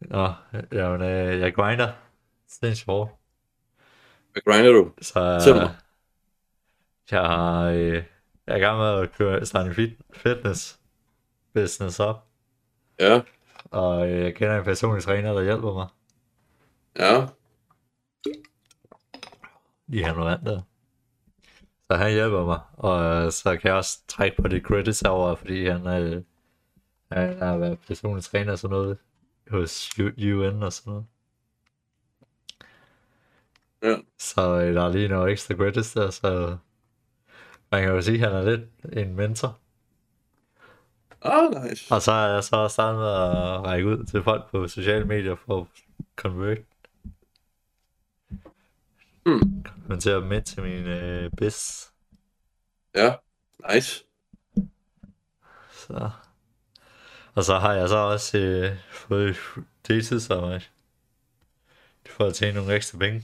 Nå, jamen, øh, jeg grinder. Sindssygt hårdt. Hvad grinder du? Så øh, Fortæl mig. jeg, har, øh, jeg er i gang med at køre, starte en fit- fitness business op. Ja, Og øh, jeg kender en personlig træner, der hjælper mig. ja. i han vand der. Så han hjælper mig, og øh, så kan jeg også trække på det credits over, fordi han, øh, han har været personlig træner og sådan noget hos U- UN og sådan noget. Ja. Så øh, der er lige noget ekstra credits der, så man kan jo sige, at han er lidt en mentor. Ah, nice. Og så er jeg så også startet med at række ud til folk på sociale medier for at convert. Mm. Konvertere dem ind til min øh, biz. Ja, nice. Så. Og så har jeg så også øh, fået et deltidsarbejde. For at tjene nogle ekstra penge.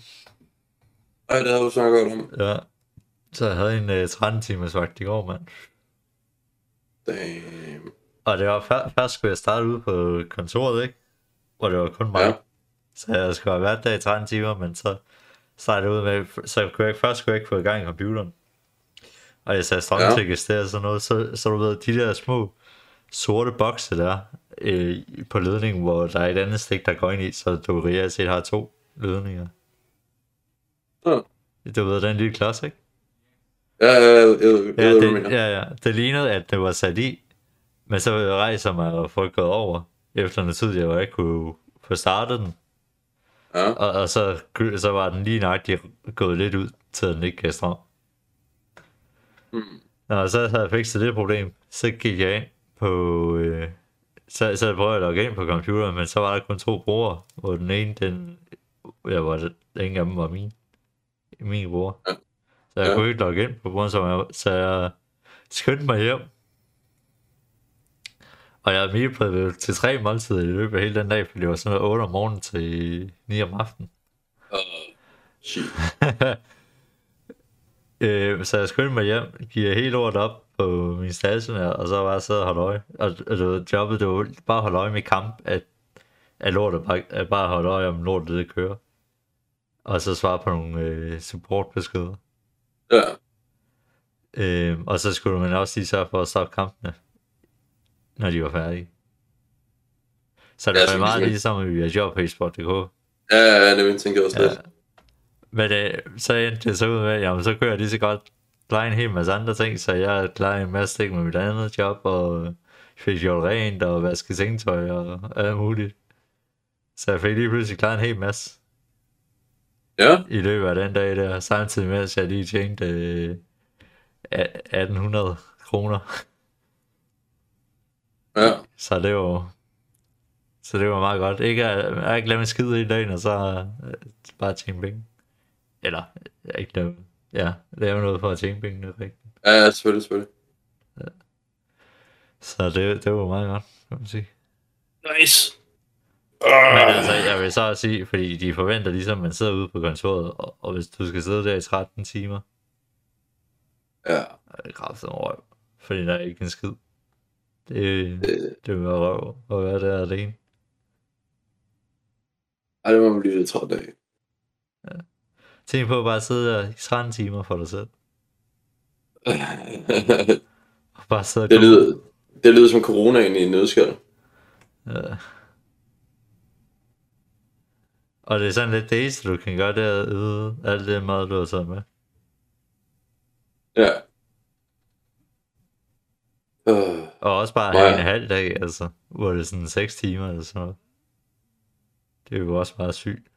Ej, det havde du snakket godt om. Ja. Så jeg havde en øh, 13 timers vagt i går, mand. Damn. Og det var før, først skulle jeg starte ude på kontoret, ikke? Hvor det var kun mig. Ja. Ja. Så jeg skulle have været der i 13 timer, men så startede jeg ud med, så kunne jeg ikke, først kunne jeg ikke få i gang i computeren. Og jeg sagde strømtækkes ja. der og sådan noget, så, så du ved, de der små sorte bokse der øh, på ledningen, hvor der er et andet stik, der går ind i, så du reelt set har to ledninger. Ja. Du ved, den lille klods, ikke? Ja, ja, ja, jeg ved, jeg Ja, ved, hvad du mener. det, ja, ja. Det lignede, at det var sat i, men så rejser mig og folk gået over, efter noget tid, jeg ikke kunne få startet den. Ja. Og, og så, så var den lige nøjagtigt gået lidt ud, til den ikke gav strøm. Mm. Nå, så havde jeg fikset det problem. Så gik jeg ind på... Øh, så, så prøvede jeg at logge ind på computeren, men så var der kun to brugere, hvor den ene, den... Jeg var, ingen af dem var min. Min bror. Ja. Så jeg Ja. ja. kunne ikke logge ind på brugeren, så jeg, så jeg skyndte mig hjem. Og jeg havde på øh, til tre måltider i løbet af hele den dag, for det var sådan noget 8 om morgenen til 9 om aftenen. Uh, shit. Øh, så jeg skyndte mig hjem, giver helt lort op på min station her, og så var jeg siddet og holdt øje. Og, og du ved, jobbet, det var bare at holde øje med kamp, at, at lortet bare, at bare holde øje, om lortet det kører. Og så svare på nogle øh, supportbeskeder. Ja, Øh, og så skulle man også lige sørge for at stoppe kampene, når de var færdige. Så det Ja, var så meget ligesom- ligesom, at vi har job på eSport.dk. ja, ja, ja, nemlig tænker jeg også lidt. Men øh, så endte det så ud med, at jamen, så kunne jeg lige så godt klare en hel masse andre ting, så jeg klarede en masse ting med mit andet job, og fik gjort rent, og vaske sengetøj, og alt muligt. Så jeg fik lige pludselig klaret en hel masse Ja, i løbet af den dag der, samtidig med, at jeg lige tjente øh, a- 1800 kroner. ja. Så det var så det var meget godt. Ikke, at- jeg har ikke lavet en skid hele dagen, og så øh, bare tjene penge. Eller, jeg har ikke lavet, ja, lave noget for at tjene penge, det er rigtigt. Ja, ja, selvfølgelig, selvfølgelig. Så det, det var meget godt, kan man sige. Nice. Men altså, jeg vil så også sige, fordi de forventer ligesom, at man sidder ude på kontoret, og, og hvis du skal sidde der i 13 timer, Ja, er det kraftigt røv. Fordi der er ikke en skid. Det, det, det var røv at være der alene. ej, det må man blive lidt træt af. Tænk på bare at sidde der i 13 timer for dig selv. Og bare sidde og det, koge. lyder, det lyder som coronaen i en nødskal. Ja. Og det er sådan lidt det eneste, du kan gøre, det er at yde alt det mad, du har taget med. Ja. Øh, Og også bare Nå have ja. en halv dag, altså, hvor det er sådan 6 timer eller sådan noget. Det er jo også meget sygt.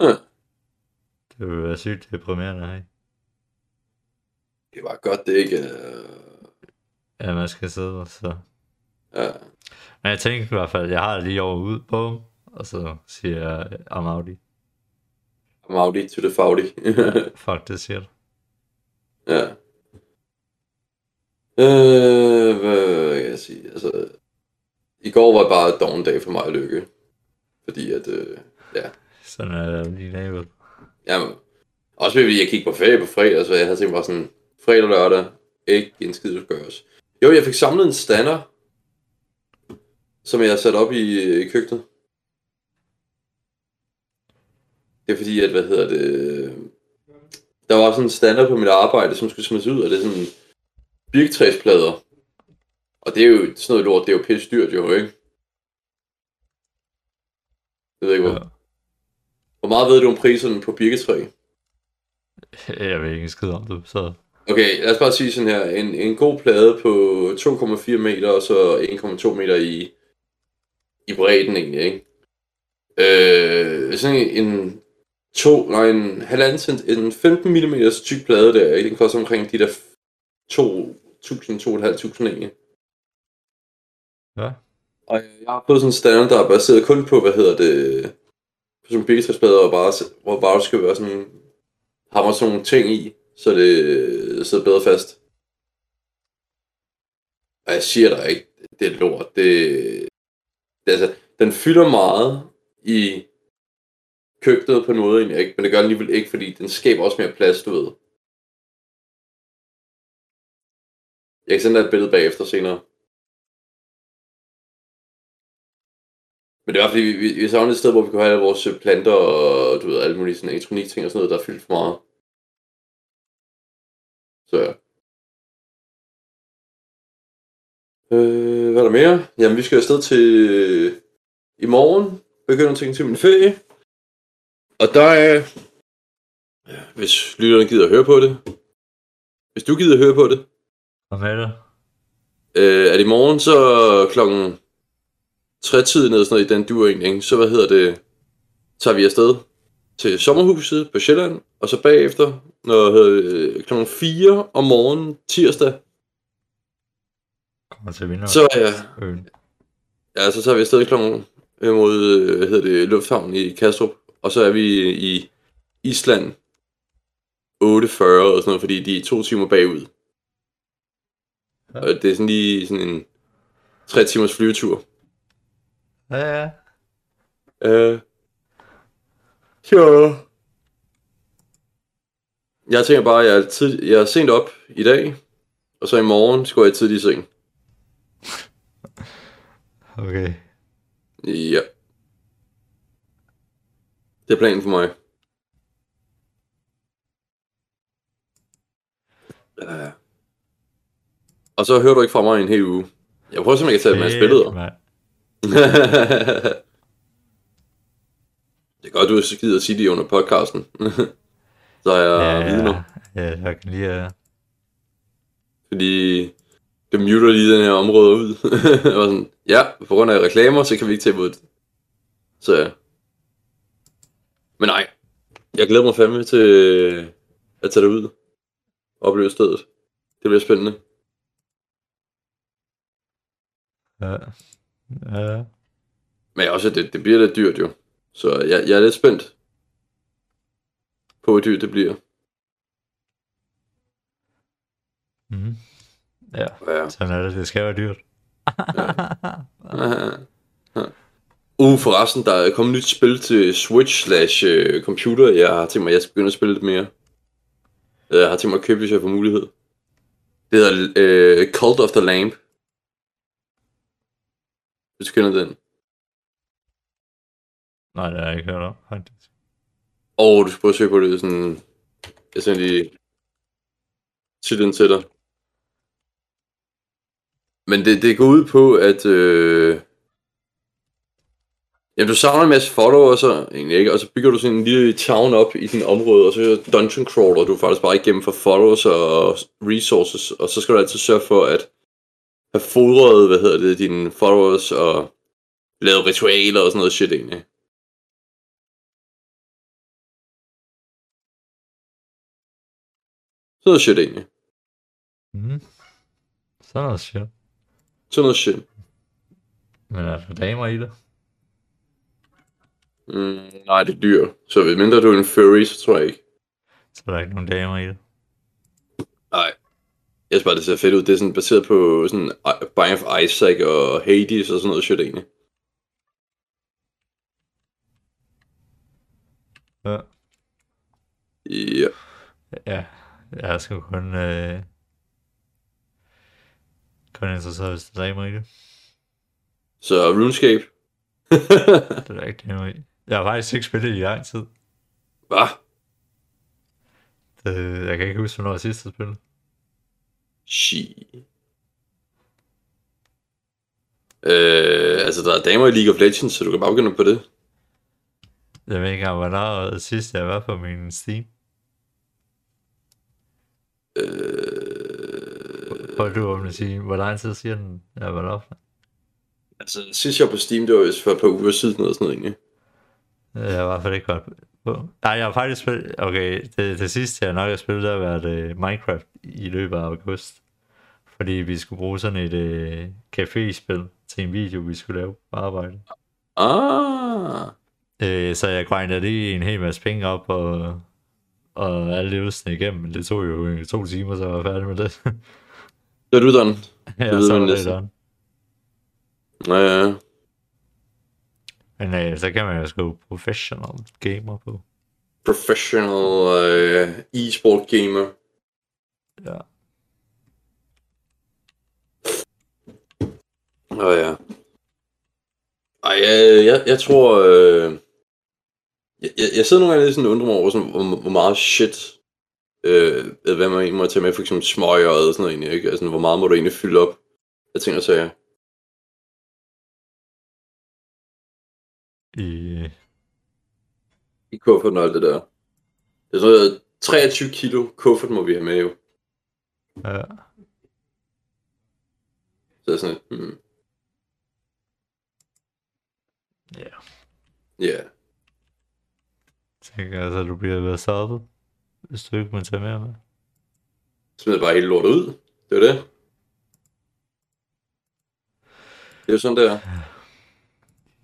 Ja. Det vil være sygt deprimerende, ikke? det var godt, det ikke øh, at man skal sidde og så. ja. Men jeg tænkte i hvert fald, jeg har det lige over ud på dem, og så siger jeg, I'm Audi. I'm Audi to the Faudi. Fuck, det siger du. ja. Øh, hvad kan jeg sige? Altså, i går var bare et doven dag for mig og Lykke. Fordi at, øh, Sådan er det lige nabel. Jamen, også fordi jeg kiggede på ferie på fredag, så jeg havde tænkt mig sådan, fredag og lørdag, ikke en skid skulle gøres. Jo, jeg fik samlet en stander, som jeg har sat op i, i køkkenet. Det er fordi, at, hvad hedder det, øh, der var sådan en stander på mit arbejde, som skulle smides ud, og det er sådan birktræsplader. Og det er jo sådan noget lort, det er jo pisse dyrt jo, ikke? Jeg ved ikke, hvor, Ja. hvor meget ved du om priserne på birketræ? Jeg ved ikke en skid om det, så... Okay, lad os bare sige sådan her. En, en god plade på 2,4 meter, og så 1,2 meter i, i bredden egentlig, ikke? Øh, sådan en, to, nej, en halvanden cent, en 15 mm tyk plade der, ikke? Den koster omkring de der 2.000-2.500 egentlig. Ja. Og jeg har fået sådan en standard, der er baseret kun på, hvad hedder det, på sådan en og bare, hvor bare der skal være sådan, hammer sådan nogle ting i, så det sidder bedre fast. Og jeg siger dig ikke, det er lort. Det, det er altså, den fylder meget i køkkenet på noget egentlig, ikke? men det gør den alligevel ikke, fordi den skaber også mere plads, du ved. Jeg kan sende dig et billede bagefter senere. Men det var fordi, vi, vi, vi savnede et sted, hvor vi kunne have alle vores øh, planter og du ved, alle mulige sådan elektronikting og sådan noget, der er fyldt for meget. Så ja. Øh, hvad er der mere? Jamen, vi skal afsted til øh, i morgen. Begynder at tænke til min ferie. Og der er... Ja, Hvis lytterne gider at høre på det. Hvis du gider at høre på det. Hvad med det? Øh, at i morgen så klokken 3 tiden eller sådan noget i den duer egentlig, ikke? så hvad hedder det, tager vi afsted til sommerhuset på Sjælland, og så bagefter, når øh, klokken 4 om morgenen tirsdag, Kommer til vinder. så, ja, ja, så tager vi afsted klokken øh, mod øh, hvad hedder det, lufthavnen i Kastrup, og så er vi øh, i Island 8.40 og sådan noget, fordi de er to timer bagud. Ja. Og det er sådan lige sådan en tre timers flyvetur. Ja, ja. Øh. Så. Jeg tænker bare, at jeg er, tid... jeg er sent op i dag, og så i morgen skal jeg tidlig i seng. Okay. Ja. Det er planen for mig. Øh. Og så hører du ikke fra mig i en hel uge. Jeg prøver simpelthen ikke at tage med billeder. mand. det er godt, du gider at sige det under podcasten. så er jeg ja. vidner. ja, jeg kan lige... Uh... Fordi det muter lige den her område ud. og sådan, ja, på grund af reklamer, så kan vi ikke tage imod det. Så ja. Men nej, jeg glæder mig fandme til øh, at tage det ud. Og opleve stedet. Det bliver spændende. Ja. Ja. Men også, det, det bliver lidt dyrt jo. Så jeg, jeg er lidt spændt på, hvor dyrt det bliver. Mm. ja, Ja. sådan er det. Det skal være dyrt. Uh, forresten, der er kommet nyt spil til Switch slash øh, computer. Jeg har tænkt mig, at jeg skal begynde at spille lidt mere. Øh, Jeg har tænkt mig at købe, hvis jeg får mulighed. Det hedder øh, Cult of the Lamp. Hvis du kender den. Nej, det har jeg ikke hørt om, faktisk. Og du skal prøve at søge på det. det er Sådan, jeg sender lige titlen til dig. Men det, det går ud på, at... Øh, jamen, du samler en masse followers, og, egentlig, ikke? og så bygger du sådan en lille town op i din område, og så dungeon crawler du faktisk bare igennem for followers og resources, og så skal du altid sørge for at have fodret, hvad hedder det, dine followers, og lave ritualer og sådan noget shit egentlig. Sådan noget shit egentlig. Mm. Sådan noget shit. Sådan noget shit. Men er der damer i det? Mm, nej, det er dyrt. Så hvis mindre du er en furry, så tror jeg ikke. Så er der ikke nogen damer i det. Nej. Jeg synes bare, det ser fedt ud. Det er sådan baseret på sådan I- Binding of Isaac og Hades og sådan noget shit egentlig. Ja. Ja. Ja, jeg er sgu kun, øh, kun interesseret, hvis der er damer i det. Så RuneScape. Det er der ikke endnu i. Jeg har faktisk ikke spillet i lang tid. Hvad? Det, jeg kan ikke huske, hvornår jeg sidst har spillet. Shi. Øh, altså, der er damer i League of Legends, så du kan bare begynde på det. Jeg ved ikke engang, hvornår sidst jeg var på min Steam. Øh, Prøv du om at sige, hvor lang tid siger den, jeg var deroppe? altså, sidst jeg var på Steam, det var vist for et par uger siden eller sådan noget, egentlig. Jeg var i hvert fald ikke godt på. Nej, jeg har faktisk spillet... Okay, det, det sidste jeg nok har spillet, der har været øh, Minecraft i løbet af august. Fordi vi skulle bruge sådan et øh, café-spil til en video, vi skulle lave på arbejde. Ah, Øh, så jeg grindede lige en hel masse penge op og, og alle levelsene igennem. men Det tog jo øh, to timer, så var jeg færdig med det. det er du, Dan. ja, lyder så var det næsten. done. Ja, ja. Men øh, så kan man jo skrive professional gamer på. professional øh, e-sport gamer. Ja. Åh oh, ja. Ej, jeg, jeg, jeg tror... Øh, jeg, jeg, jeg sidder nogle gange lidt sådan og undrer mig over, sådan, hvor, hvor meget shit... Øh, hvad man egentlig må tage med, for eksempel smøger og sådan noget egentlig, ikke? Altså, hvor meget må du egentlig fylde op? Jeg tænker så, ja. I, øh, I kufferten og alt det der. Det er sådan noget, 23 kilo kuffert må vi have med, jo. ja. Så er jeg sådan lidt, hmm. Ja. Ja. Yeah. tænker altså, du bliver ved stoppet, hvis du ikke må tage mere med. Smider bare hele lortet ud. Det er det. Det er jo sådan, der.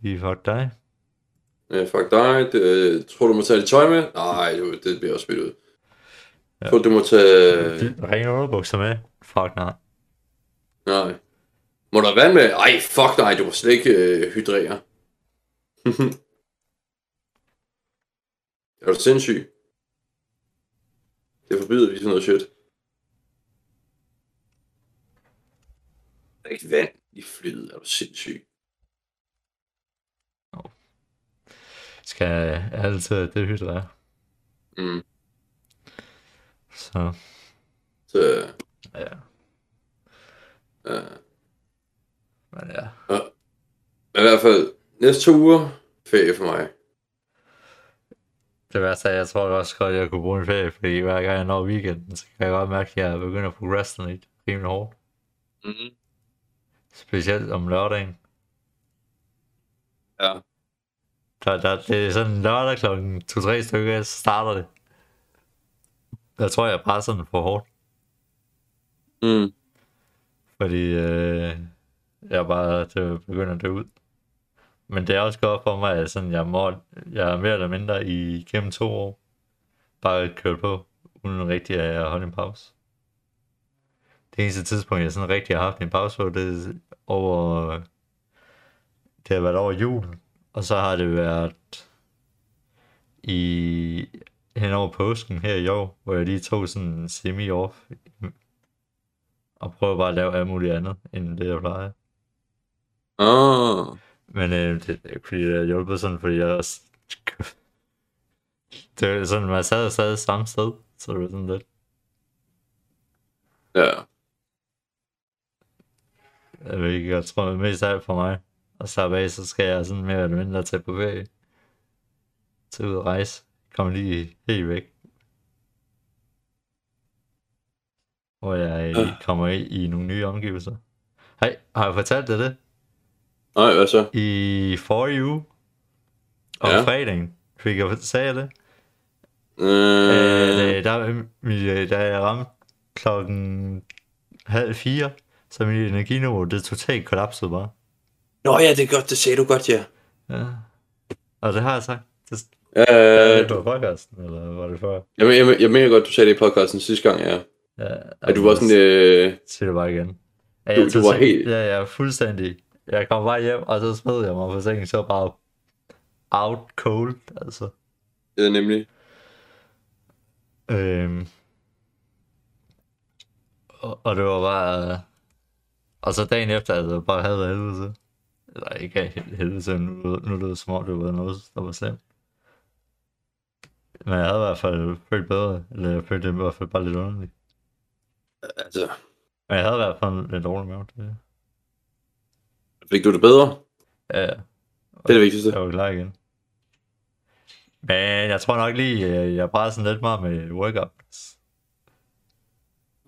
I fuck dig. Ja, fuck dig. Det, øh, tror du, må tage dit tøj med? Nej, jo, det bliver også smidt ud. Ja. Ja. Tror du, du må tage... Øh. Ringe underbukser med? Fuck nej. Nej. Må der vand med? Ej, fuck dig, du må slet ikke øh, hydrere. er du sindssyg? Det forbyder vi sådan noget shit. Der er ikke vand i flyet, er du sindssyg? Skal jeg altid det hylde dig. Mm. Så, Så, ja. øh, Men ja. men i hvert fald, næste to uger, ferie for mig. Det værste er, jeg tror også godt, jeg kunne bruge en ferie, fordi hver gang jeg når weekenden, så kan jeg godt mærke, at jeg begynder at procrastinate rimelig hårdt. Mm. Specielt om lørdagen. Ja. Der, der, det er sådan lørdag klokken 2-3 stykker, så starter det. Jeg tror, jeg presser den for hårdt. Mm. fordi øh, jeg bare det begynder at dø ud. Men det er også godt for mig, at sådan, jeg, må, jeg er mere eller mindre i gennem to år bare kørt på, uden rigtig at holde en pause. Det eneste tidspunkt, jeg sådan rigtig har haft en pause på, det er over, det har været over julen, og så har det været i hen over påsken her i år, hvor jeg lige tog sådan semi-off og prøver bare at lave alt muligt andet, end det jeg plejer. Ah. Men øh, det er ikke fordi, det har hjulpet sådan, fordi jeg også... det er sådan, man sad og sad samme sted, så det var sådan lidt... Ja. Jeg ved ikke, jeg tror mest af alt for mig. Og så af, så skal jeg sådan mere eller mindre tage på ferie. Til ud at rejse. Kom lige helt væk. Hvor jeg øh, kommer i, i nogle nye omgivelser. Hej, har jeg fortalt dig det? Nej, hvad så? i forrige uge, om ja. Ja. fredagen, fik jeg sagde det, Øh, øh, der, min- da jeg ramte klokken halv fire, så min energiniveau, det totalt kollapsede bare. Nå ja, det er godt, det sagde du godt, ja. Ja. Og det har jeg sagt. Det, Øh, det var podcasten, eller var det før? jeg, men- jeg, men- jeg mener godt, du sagde det i podcasten sidste gang, ja. Ja, At du var sådan, øh, Sig det bare igen. Ja, Du- jeg du var totalt- helt- Ja, jeg er fuldstændig. Jeg kom bare hjem, og så smed jeg mig på sengen, så bare out cold, altså. ja, nemlig. Øhm. Og, og det var bare... Og så dagen efter, altså, bare havde helvede til. Eller ikke af hel- helvede, til, nu, nu lyder det som om, det var noget, der var slemt. Men jeg havde i hvert fald følt bedre, eller jeg følte det i hvert fald bare lidt underligt. Altså, Men jeg havde i hvert fald en dårlig mave til det. fik du det bedre? Ja, ja. Det er det vigtigste. Jeg var klar igen. Men jeg tror nok lige, øh, jeg bare sådan lidt meget med workout.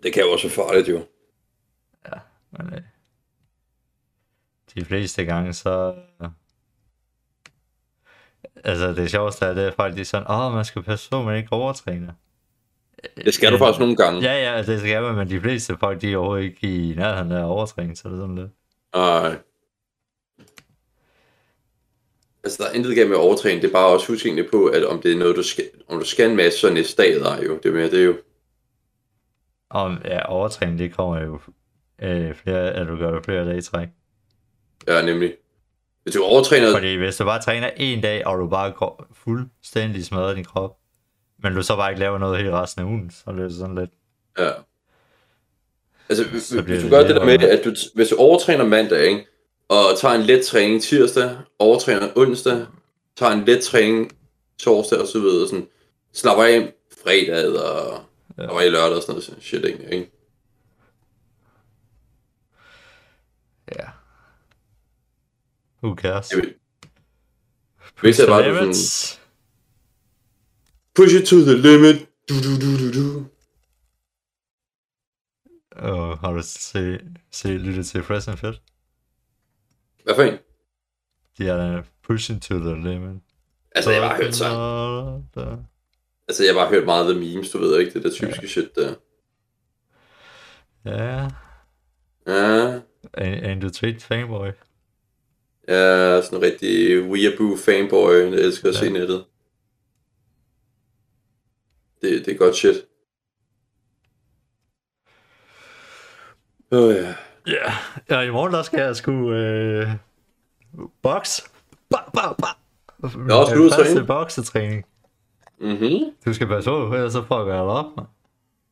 Det kan jo også være farligt, jo. Men øh, de fleste gange, så... Altså, det sjoveste er, det er folk, de er sådan, åh, oh, man skal passe på, man ikke overtræner. Det skal du Øh, faktisk nogle gange. Ja, ja, det skal man, men de fleste folk, de er overhovedet ikke i nærheden af overtræning, så det er sådan lidt. Nej. Altså, der er intet galt med at overtræne, det er bare også husk egentlig på, at om det er noget, du skal, om du skal en masse, så er næste dag, der er jo, det er mere, det er jo, Og ja, overtræning, det kommer jo øh, flere, at du gør det flere dage i træk. ja, nemlig. Hvis du overtræner, Fordi hvis du bare træner en dag, og du bare går fuldstændig smadret i din krop, men du så bare ikke laver noget hele resten af ugen, så er det sådan lidt... ja. Altså, Så hvis, bliver hvis du det gør det der nemmere. med, at du, hvis du overtræner mandag, ikke, og tager en let træning tirsdag, overtræner onsdag, tager en let træning torsdag, og så videre, sådan, slapper af fredag, og Ja. slapper af lørdag, og sådan noget shit, ikke? ikke? Ja. Who cares? Jeg vil- Hvis Push jeg bare the du sådan- limits. Push it to the limit, du du du du du. Og har du se, se lyttet til Fresh and Fit? Hvad for en? De er da pushing to the limit. Altså, jeg har bare hørt så. så. Altså, jeg har bare hørt meget af the memes, du ved ikke, det der typiske shit der. Ja, Ja, and, and you treat fanboy. ja, sådan en rigtig weeaboo fanboy, jeg elsker at se Ja. nettet. Det, det er godt shit. Åh oh, ja. Ja, yeah. og i morgen der skal jeg sgu øh, box. Ba, ba, ba. Nå, skal du ud og træne? Første boksetræning. Mhm. Du skal passe på, ellers så fucker jeg dig op, mand.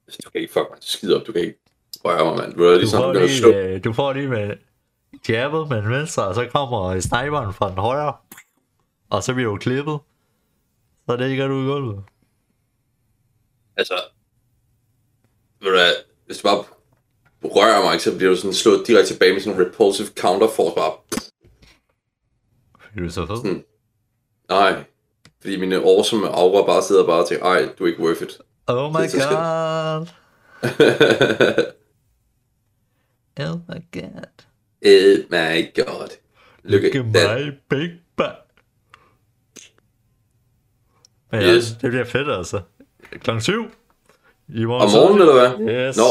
Altså, Du kan ikke fuck mig skide op, du kan ikke røre mig, mand. Du er Du, ligesom, får du kan slå. lige, øh, du får lige med jabbet med den venstre, og så kommer sniperen fra den højre. Og så bliver du klippet. Så det ikke du i gulvet. øh, Altså, ved du hvad, hvis du bare rører mig, så bliver du sådan slået direkte tilbage med sådan en repulsive counterforce, bare Fordi Du er så Hmm. fed. Nej. Fordi mine awesome aura bare sidder bare og tænker, ej, du er ikke worth it. Oh my Det er så skønt. god. Oh my god. oh my god. Look at that. my big bang. Men Yes. yes. ja, det bliver fedt altså. Klokken 7. I morgen, Om morgenen, eller hvad? Yes. Nå,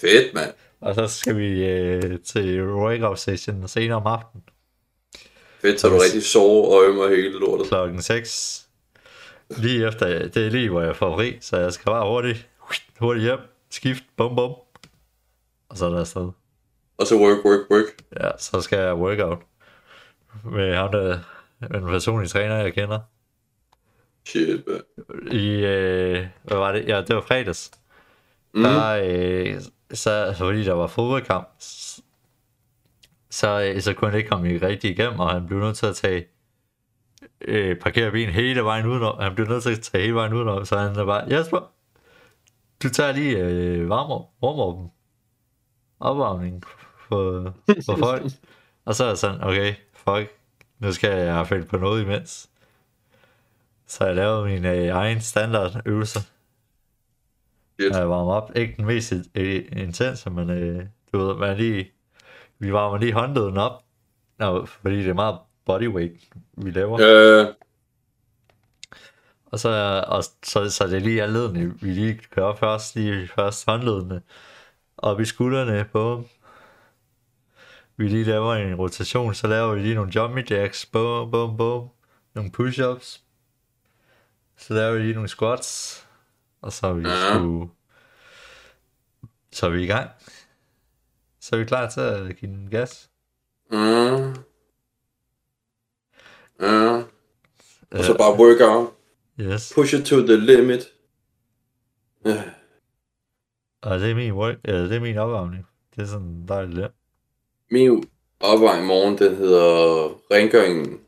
fedt, mand. Og så skal vi øh, til workout session senere om aftenen. Fedt, så du Yes. rigtig sove og ømme og hele lortet. Klokken 6. Lige efter, det er lige hvor jeg får fri, så jeg skal bare hurtigt, hurtigt hjem, skift, bum bum. Og så er der afsted. Og så work, work, work. Ja, så skal jeg workout. Med ham der, en personlig træner jeg kender. Shit, man. i, øh, hvad var det? Ja, det var fredags. Mm. Mm. Der, øh, så, fordi der var fodboldkamp, s- så, øh, så kunne han ikke komme rigtig igennem, og han blev nødt til at tage øh, parkere bilen hele vejen udenom. Han blev nødt til at tage hele vejen udenom, så han er bare, Jesper, du tager lige øh, varmer, varmer opvarmning for, for folk. og så er jeg sådan, okay, fuck, nu skal jeg have følt på noget imens. Så jeg lavede mine øh, egen standardøvelser. Shit. Når jeg varmer op. Ikke den mest i- i- intense, men øh, du ved, man lige, vi varmer lige håndleden op. Nå, fordi det er meget bodyweight, vi laver. Ja. Øh, Og, så, og så, så det lige er ledene, vi lige kører først, lige først håndledene. Op i skuldrene på Vi lige laver en rotation, så laver vi lige nogle jumpy jacks, bum bum bum. Nogle push-ups. Så laver vi lige nogle squats. Og så er vi Ja. ja. sgu... Så er vi i gang. Så er vi klar til at give den gas. mm. Mm. Og så Øh, bare work out. Yes. Push it to the limit. Øh. Og det er min, work, øh, det er min opvarmning. Det er sådan dejligt der. Min opvejning i morgen, den hedder rengøringen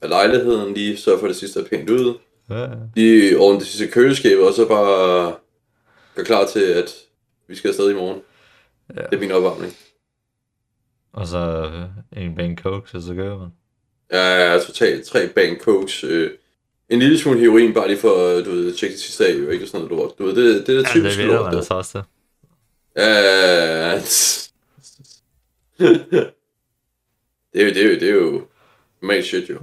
af lejligheden, lige sørge for at det sidste er pænt ud, Ja. lige ordne det sidste køleskab, og så bare gøre klar til, at vi skal afsted i morgen. Ja. Ja. Det er min opvarmning. Og så øh, en bane coke, og så gør man. Jeg er totalt tre bank cokes, øh, en lille smule heroin, bare lige for, øh, du ved, at tjekke det sidste af, jo ikke Og sådan noget lort. Du ved, det, det er Ja, typisk det ved lort. man det. altså også det. Ja. det er jo, det er jo, det er jo normal shit jo.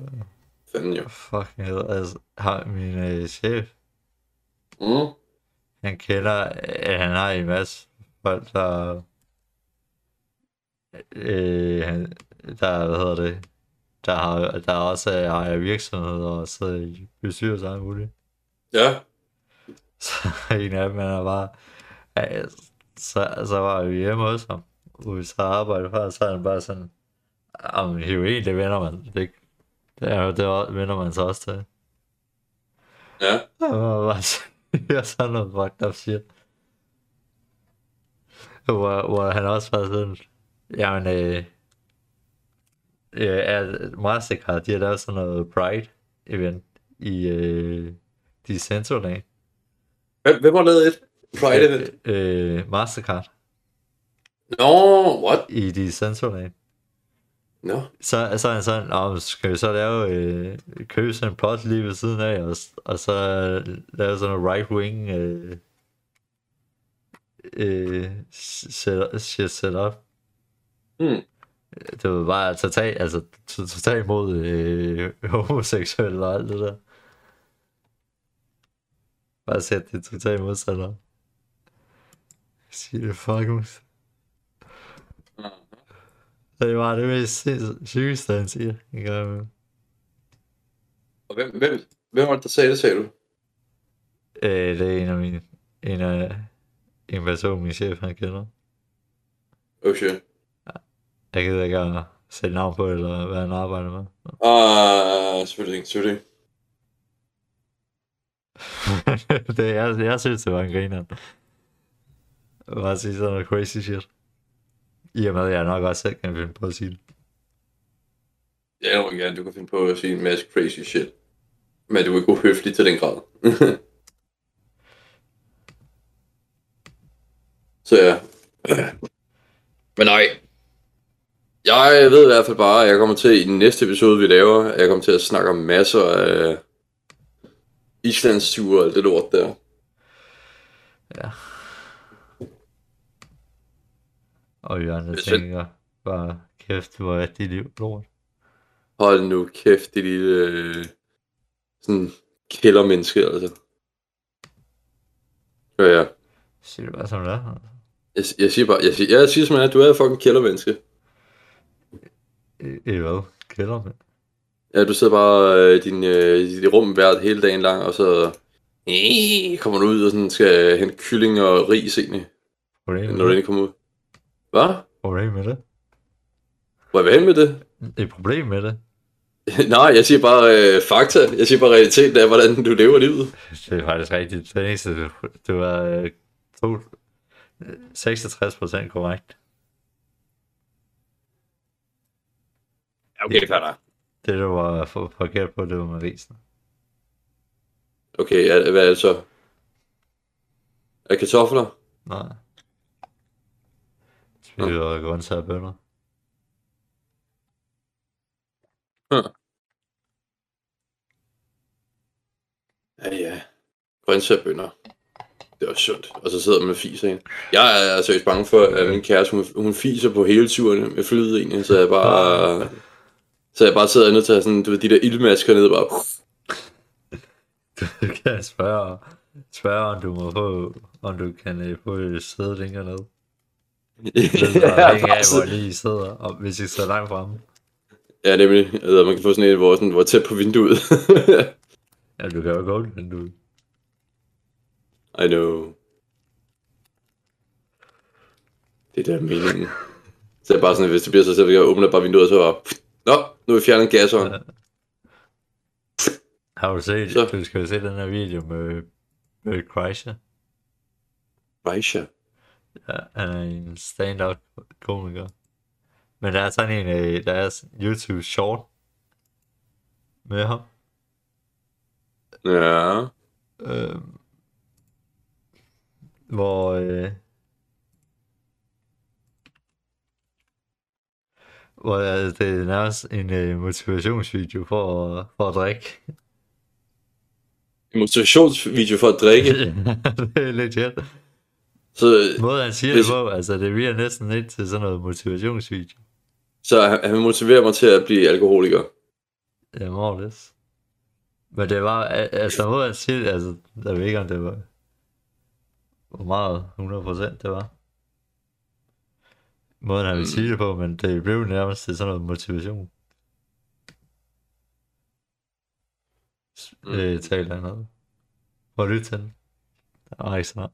Fanden jo. Fucking hell, altså, har min øh, chef, Mm. han kender, øh, han har en masse folk, der, øh, han- der, hvad hedder det, der har, der også øh, ejer virksomheder og sidder i bestyrelser og alt muligt. Ja. Så en af dem, han er bare, øh, så, så var vi hjemme hos ham, hvor vi så arbejdede fra, så er han bare sådan, om heroin, det vender man, det, det, er- det vender man sig også til. Ja. Han var bare sådan, det er sådan noget fucked up shit. Hvor, hvor han også var sådan, jamen, øh, øh, at Mastercard, de har lavet sådan noget Pride-event i, øh, de Decentraland. Hvem, hvem har lavet et? Pride event? Øh, øh, Mastercard Nå, what? i de sensorlag. Nå. Så, så er han sådan, "Nå, men skal vi så lave, øh, købe sådan en plot lige ved siden af, og, og så lave sådan en right wing øh, øh, set, shit set up. Mm. Det var bare totalt, altså, to- totalt mod øh, homoseksuelle og alt det der. Bare sæt det totalt modstander. Sig det fucking Det var det mest sinds- sygeste, han siger. en gang imellem. Og hvem, hvem, hvem var det, der sagde det, sagde du? Øh, det er en af mine... En af... En person, min chef, han kender. Oh shit. Jeg gider ikke at sætte navn på, eller hvad han arbejder med. Ah, selvfølgelig ikke, selvfølgelig ikke. det, jeg, jeg synes, det var en griner. Bare sige sådan noget crazy shit. I og med, at jeg nok også selv kan finde på at sige det. Ja, jeg må gerne, du kan finde på at sige en masse crazy shit. Men du er ikke uhøflig til den grad. Så ja. Men nej. Jeg ved i hvert fald bare, at jeg kommer til i den næste episode, vi laver, at jeg kommer til at snakke om masser af Islands og alt det lort der. Og Jørgen, Hvis jeg jeg- tænker bare, kæft, hvor er dit liv lort. Hold nu kæft, det lille øh, sådan kældermenneske, altså. Ja, ja. Siger det bare som det er. Jeg, jeg siger bare, jeg siger, jeg siger simpelthen, at du er fucking kældermenneske. I, I hvad? Kælder, mand. Ja, du sidder bare øh, i din, øh, i dit rum hvert hele dagen lang, og så øh, kommer du ud og sådan skal hente kylling og ris egentlig, Problemet når du med det. endelig kommer ud. Hvad? Problemet med det. Hvor er vi hen med det? Et problem med det. Nej, jeg siger bare øh, fakta. Jeg siger bare realiteten af, hvordan du lever livet. Det er faktisk rigtigt. Det eneste, du, du var øh, to, 66 procent korrekt. Okay, klar Det, du var for, forkert på, det var med risen. Okay, er, hvad er det så? Er det kartofler? Nej. Spiller du ja. grøntsager og bønder? Ja, ja. Grøntsagbønder. Det er også sundt. Og så sidder man med fiser ind. Jeg er altså ikke bange for, at min kæreste, hun, hun fiser på hele turen med flyet egentlig, så jeg bare... Så jeg bare sidder nødt til at have sådan, du ved, de der ildmasker ned bare... Du kan spørge, spørge om du må få, om du kan øh, få et sæde længere ned. Det er ja, afhængig bare af, hvor sådan- lige I sidder, og hvis I sidder langt fremme. ja, nemlig. Altså, man kan få sådan en, hvor, sådan, hvor tæt på vinduet. Ja, du kan jo gå ud, men du... I know. Det er der meningen. Så jeg bare sådan, hvis det bliver så selv, jeg åbner bare vinduet, og så bare... Nå, nu har vi fjernet gasseren. Har du set, Så. du skal jo se den her video med, med Kreischer. Reisha. Ja, han er en stand-up komiker. Men der er sådan en, øh, der er YouTube short med ham. Ja. Øh, hvor... Øh, hvor øh, det er nærmest en øh, motivationsvideo for, at- for at drikke. En motivationsvideo for at drikke. det er legit. Så, Måden han siger det Hvis- på, altså det bliver næsten lidt til sådan noget motivationsvideo. så han, han motiverer mig til at blive alkoholiker. Ja, more or less. Men det var, al- altså måden han siger det, altså jeg ved ikke om det var, hvor meget 100% det var. Måden Mm. han ville sige det på, men det blev nærmest til sådan noget motivation. Mm. Mm. Øh, tal han havde. Prøv at lytte til den. Det var ikke så meget.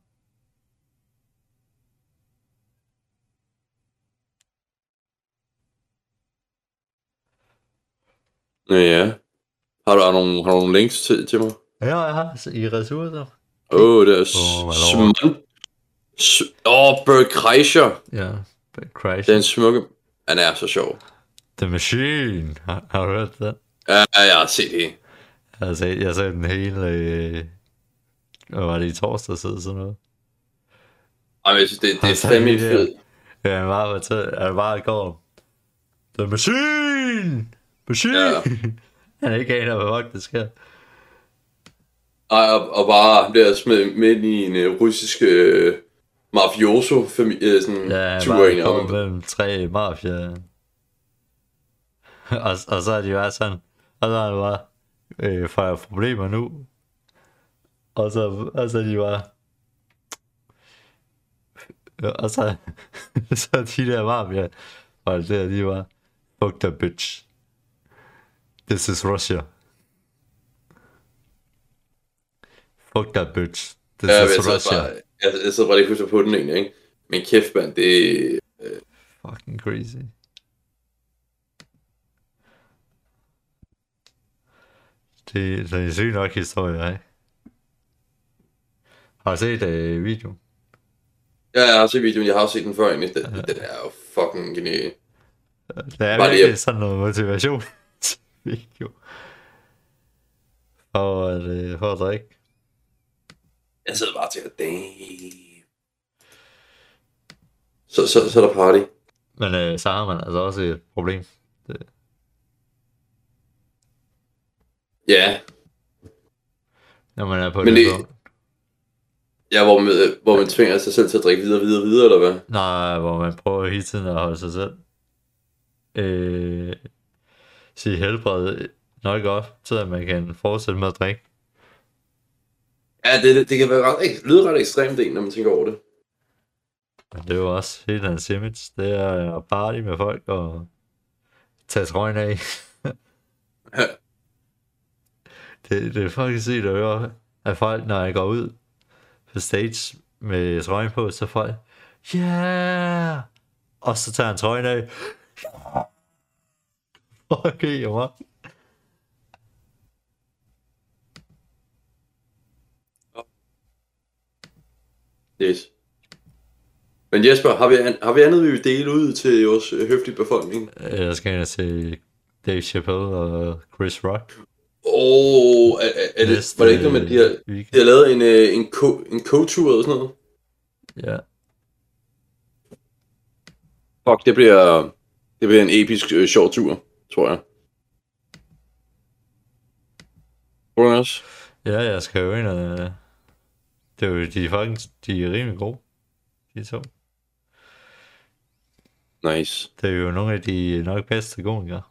Øh, Ja. Har du, har du, nogle, har du nogle links til, til mig? Ja, jeg har så i ressourcer. Åh, oh, det er Åh, oh, hvad smukt. Åh, oh, Bert Kreischer. Ja, Crash. Den smukke... Han er så sjov. The Machine. Har, har du hørt den? Ja, ja, jeg har set det. Jeg har set, jeg har set den hele... Øh, hvad var det i torsdags eller sådan noget? Ej, men jeg synes, det, det Altså, Han er er fandme en fandme fed. Ja, han var til, han bare går... The Machine! Machine! Ja. Ja. han er ikke aner, hvad fuck det sker. Ej, og, og bare bliver smidt midt i en øh, russisk øh, mafioso-familie, øh, sådan Ja, han ja, tur egentlig bare om. går mellem tre mafia. og, og så er de bare sådan... Og så er det bare... Øh, får jeg problemer nu? Og så, og så er de bare... Ja, og så, så er de der mafia. Og der, de var... Fuck the bitch. This is Russia. Fuck that bitch. This Ja, men jeg is sad Russia. bare, jeg, jeg sad bare lige pludselig på den egentlig, ikke? Men kæft, mand, det er... Fucking crazy. Det, det er en syg nok historie, ikke? Har du set øh, video? Ja, jeg har set videoen, jeg har set den før egentlig. Den, den er jo fucking genial. Det er Bare lige- virkelig sådan noget motivation. video. For at, øh, for at drikke. Jeg sidder bare og tænker, damn. Så, så, så er der party. Men øh, så har man altså også et problem. Ja, Når man er på Men det, det- det... ja hvor, man, hvor man tvinger sig selv til at drikke videre, videre, videre, eller hvad? Nej, hvor man prøver hele tiden at holde sig selv. Øh, sige helbred nok op, så at man kan fortsætte med at drikke. Ja, det, det, det kan være ret, ek- lyde ret ekstremt det, når man tænker over det. Men det er jo også helt hans image. Det er at party med folk og tage trøjen af. Ja. det, det er fucking sygt at høre, at folk, når jeg går ud på stage med trøjen på, så er folk, yeah! Og så tager han trøjen af. Okay, jo mig. Yes. Men Jesper, har vi, an- har vi andet, vi vil dele ud til vores øh, høflige befolkning? Jeg skal ind og se Dave Chappelle og Chris Rock. Åh, oh, er, er, er det, var det ikke noget med, at de har, weekend. de har lavet en, øh, en, ko, en co-tour eller sådan noget? Ja. Fuck, det bliver, det bliver en episk øh, sjov tur, tror jeg. Tror du ikke også? Ja, jeg skal jo ind og... Det er jo, de er faktisk, de er rimelig gode, de to. Nice. Det er jo nogle af de nok bedste komikere.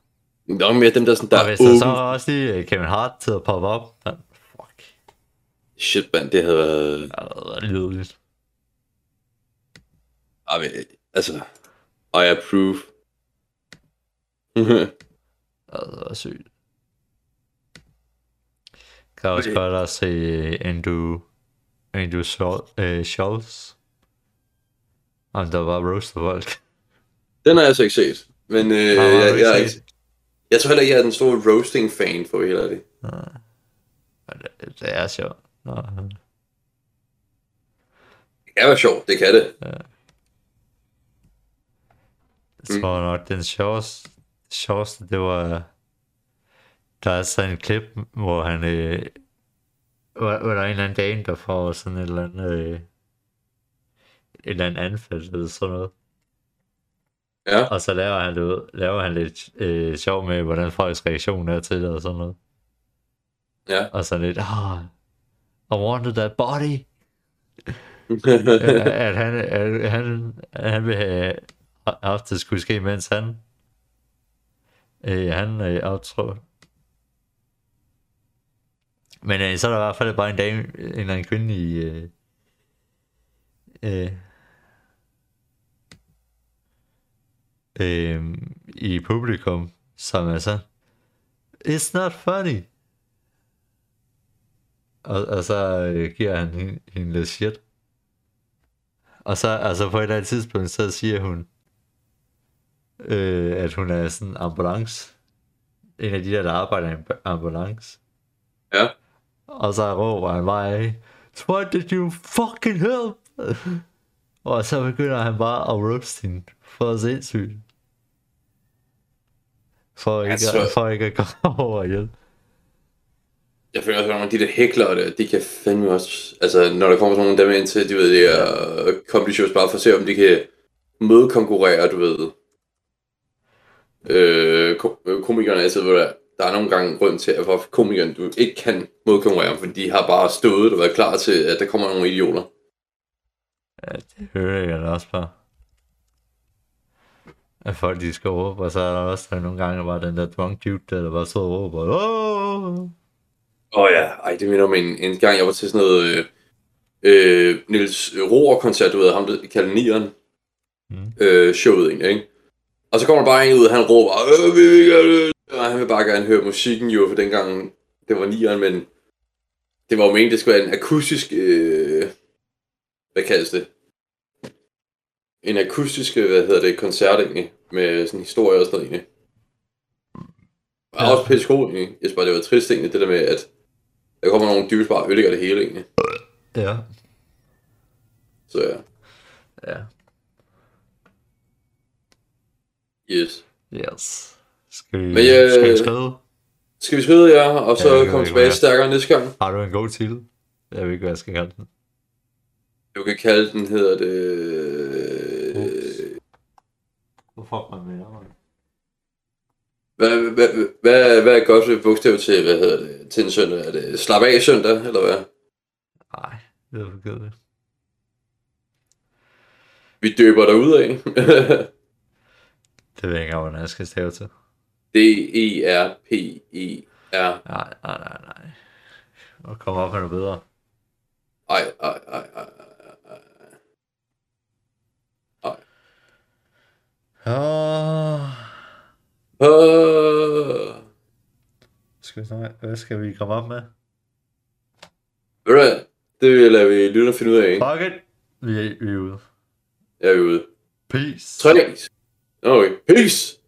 Nok mere dem, der, sådan, der Og er hvis der så åben. er også lige øh, Kevin Hart til at poppe op, man, fuck, Shit, mand, det havde været... det havde været lydeligt. Ej, men, øh, Altså, I approve. Det havde været sygt. Kan også godt at se øh, Andrew, Andrew Schol- øh, Scholz. Om der var roaster folk. den har jeg så ikke set. Men øh, har du jeg, ikke jeg, er set? ikke, jeg tror heller ikke, jeg er den store roasting-fan, for helt ærligt. Men det, det er sjovt. Nå, Det kan være sjovt, det kan det. Jeg tror nok, den sjoveste, sjoveste det var... Der er sådan en klip, hvor han... Øh, hvor, hvor der er en eller anden dame, der får sådan et eller andet... Øh, et eller andet anfald, eller sådan noget. Ja. Og så laver han, det ud, laver han lidt øh, sjov med, hvordan folks reaktion er til det, og sådan noget. Ja. Og sådan lidt, ah, I wanted that body. at, at han, at han, at han vil have haft det skulle ske, mens han, øh, han øh, optrådte. Men øh, så er der i hvert fald bare en dame, en eller anden kvinde i, øh, øh, øh, i publikum, som er sådan, It's not funny. Og, og så øh, giver han hende, hende lidt shit. Og så altså på et eller andet tidspunkt, så siger hun, øh, at hun er sådan ambulance. En af de der, der arbejder i en b- ambulance. ja. Og så råber han bare af, Why did you fucking help? og så begynder han bare at roast hende for sindssygt. For ikke, Altså- at, for ikke at komme over igen. Jeg føler også, at de der hæklere der, de kan fandme også... Altså, når der kommer sådan nogle af dem ind til, de ved, det er comedy shows bare for at se, om de kan modkonkurrere, du ved. Øh, ko- øh, komikerne er altid, ved du hvad, der er nogle gange en grund til, at hvorfor komikerne du ikke kan modkonkurrere, fordi de har bare stået og været klar til, at der kommer nogle idioter. Ja, det hører jeg da også bare. At folk de skal råbe, og så er der også der nogle gange bare den der drunk dude, der, der bare sidder og råber, Åh! Åh oh, ja, ej, det minder om en, en gang, jeg var til sådan noget øh, øh, Niels Rohr-koncert, du ved, ham der kalder Nieren, Mm. mm. øh, showet egentlig, ikke? Og så kommer der bare en ud, han råber, øh, vi vil gerne, øh, og han vil bare gerne høre musikken jo, for dengang det var Nieren, men det var jo meningen, det skulle være en akustisk, øh, hvad kaldes det? En akustisk, øh, hvad hedder det, koncert egentlig, med sådan historie og sådan noget egentlig. Jeg Ja. er også pisse god, egentlig. Jeg synes bare, det var trist egentlig, det der med, at der kommer nogle dyrt bare og ødelægger det hele egentlig. Ja. Så ja, Ja. yes. Yes. Skal vi, Men jeg- skal vi skrive? Skal vi skride jer, og så Ja, det ja, kan komme vi tilbage godt. stærkere næste gang? Har du en god titel? Jeg ved ikke, hvad jeg skal kalde den. Du kan kalde den, hedder det... Ups. Hvorfor man med Hvad, hvad, hvad, hvad er et godt bogstav til, hvad hedder det, til en søndag? Er det slap af søndag, eller hvad? Nej, det er for kedeligt. Vi døber dig ud af. Det ved jeg ikke engang, hvordan jeg skal stave til. D-E-R-P-E-R. Nej, nej, nej, nej. Og komme op med noget bedre. Ej, ej, ej, ej, ej, ej. Oh, Ah. skal vi snakke, hvad skal vi komme op med? Ved du hvad? Det lader vi lytterne finde ud af, ikke? Fuck it! Vi er, vi er ude. Jeg er ude. Peace! Tre. Okay, peace!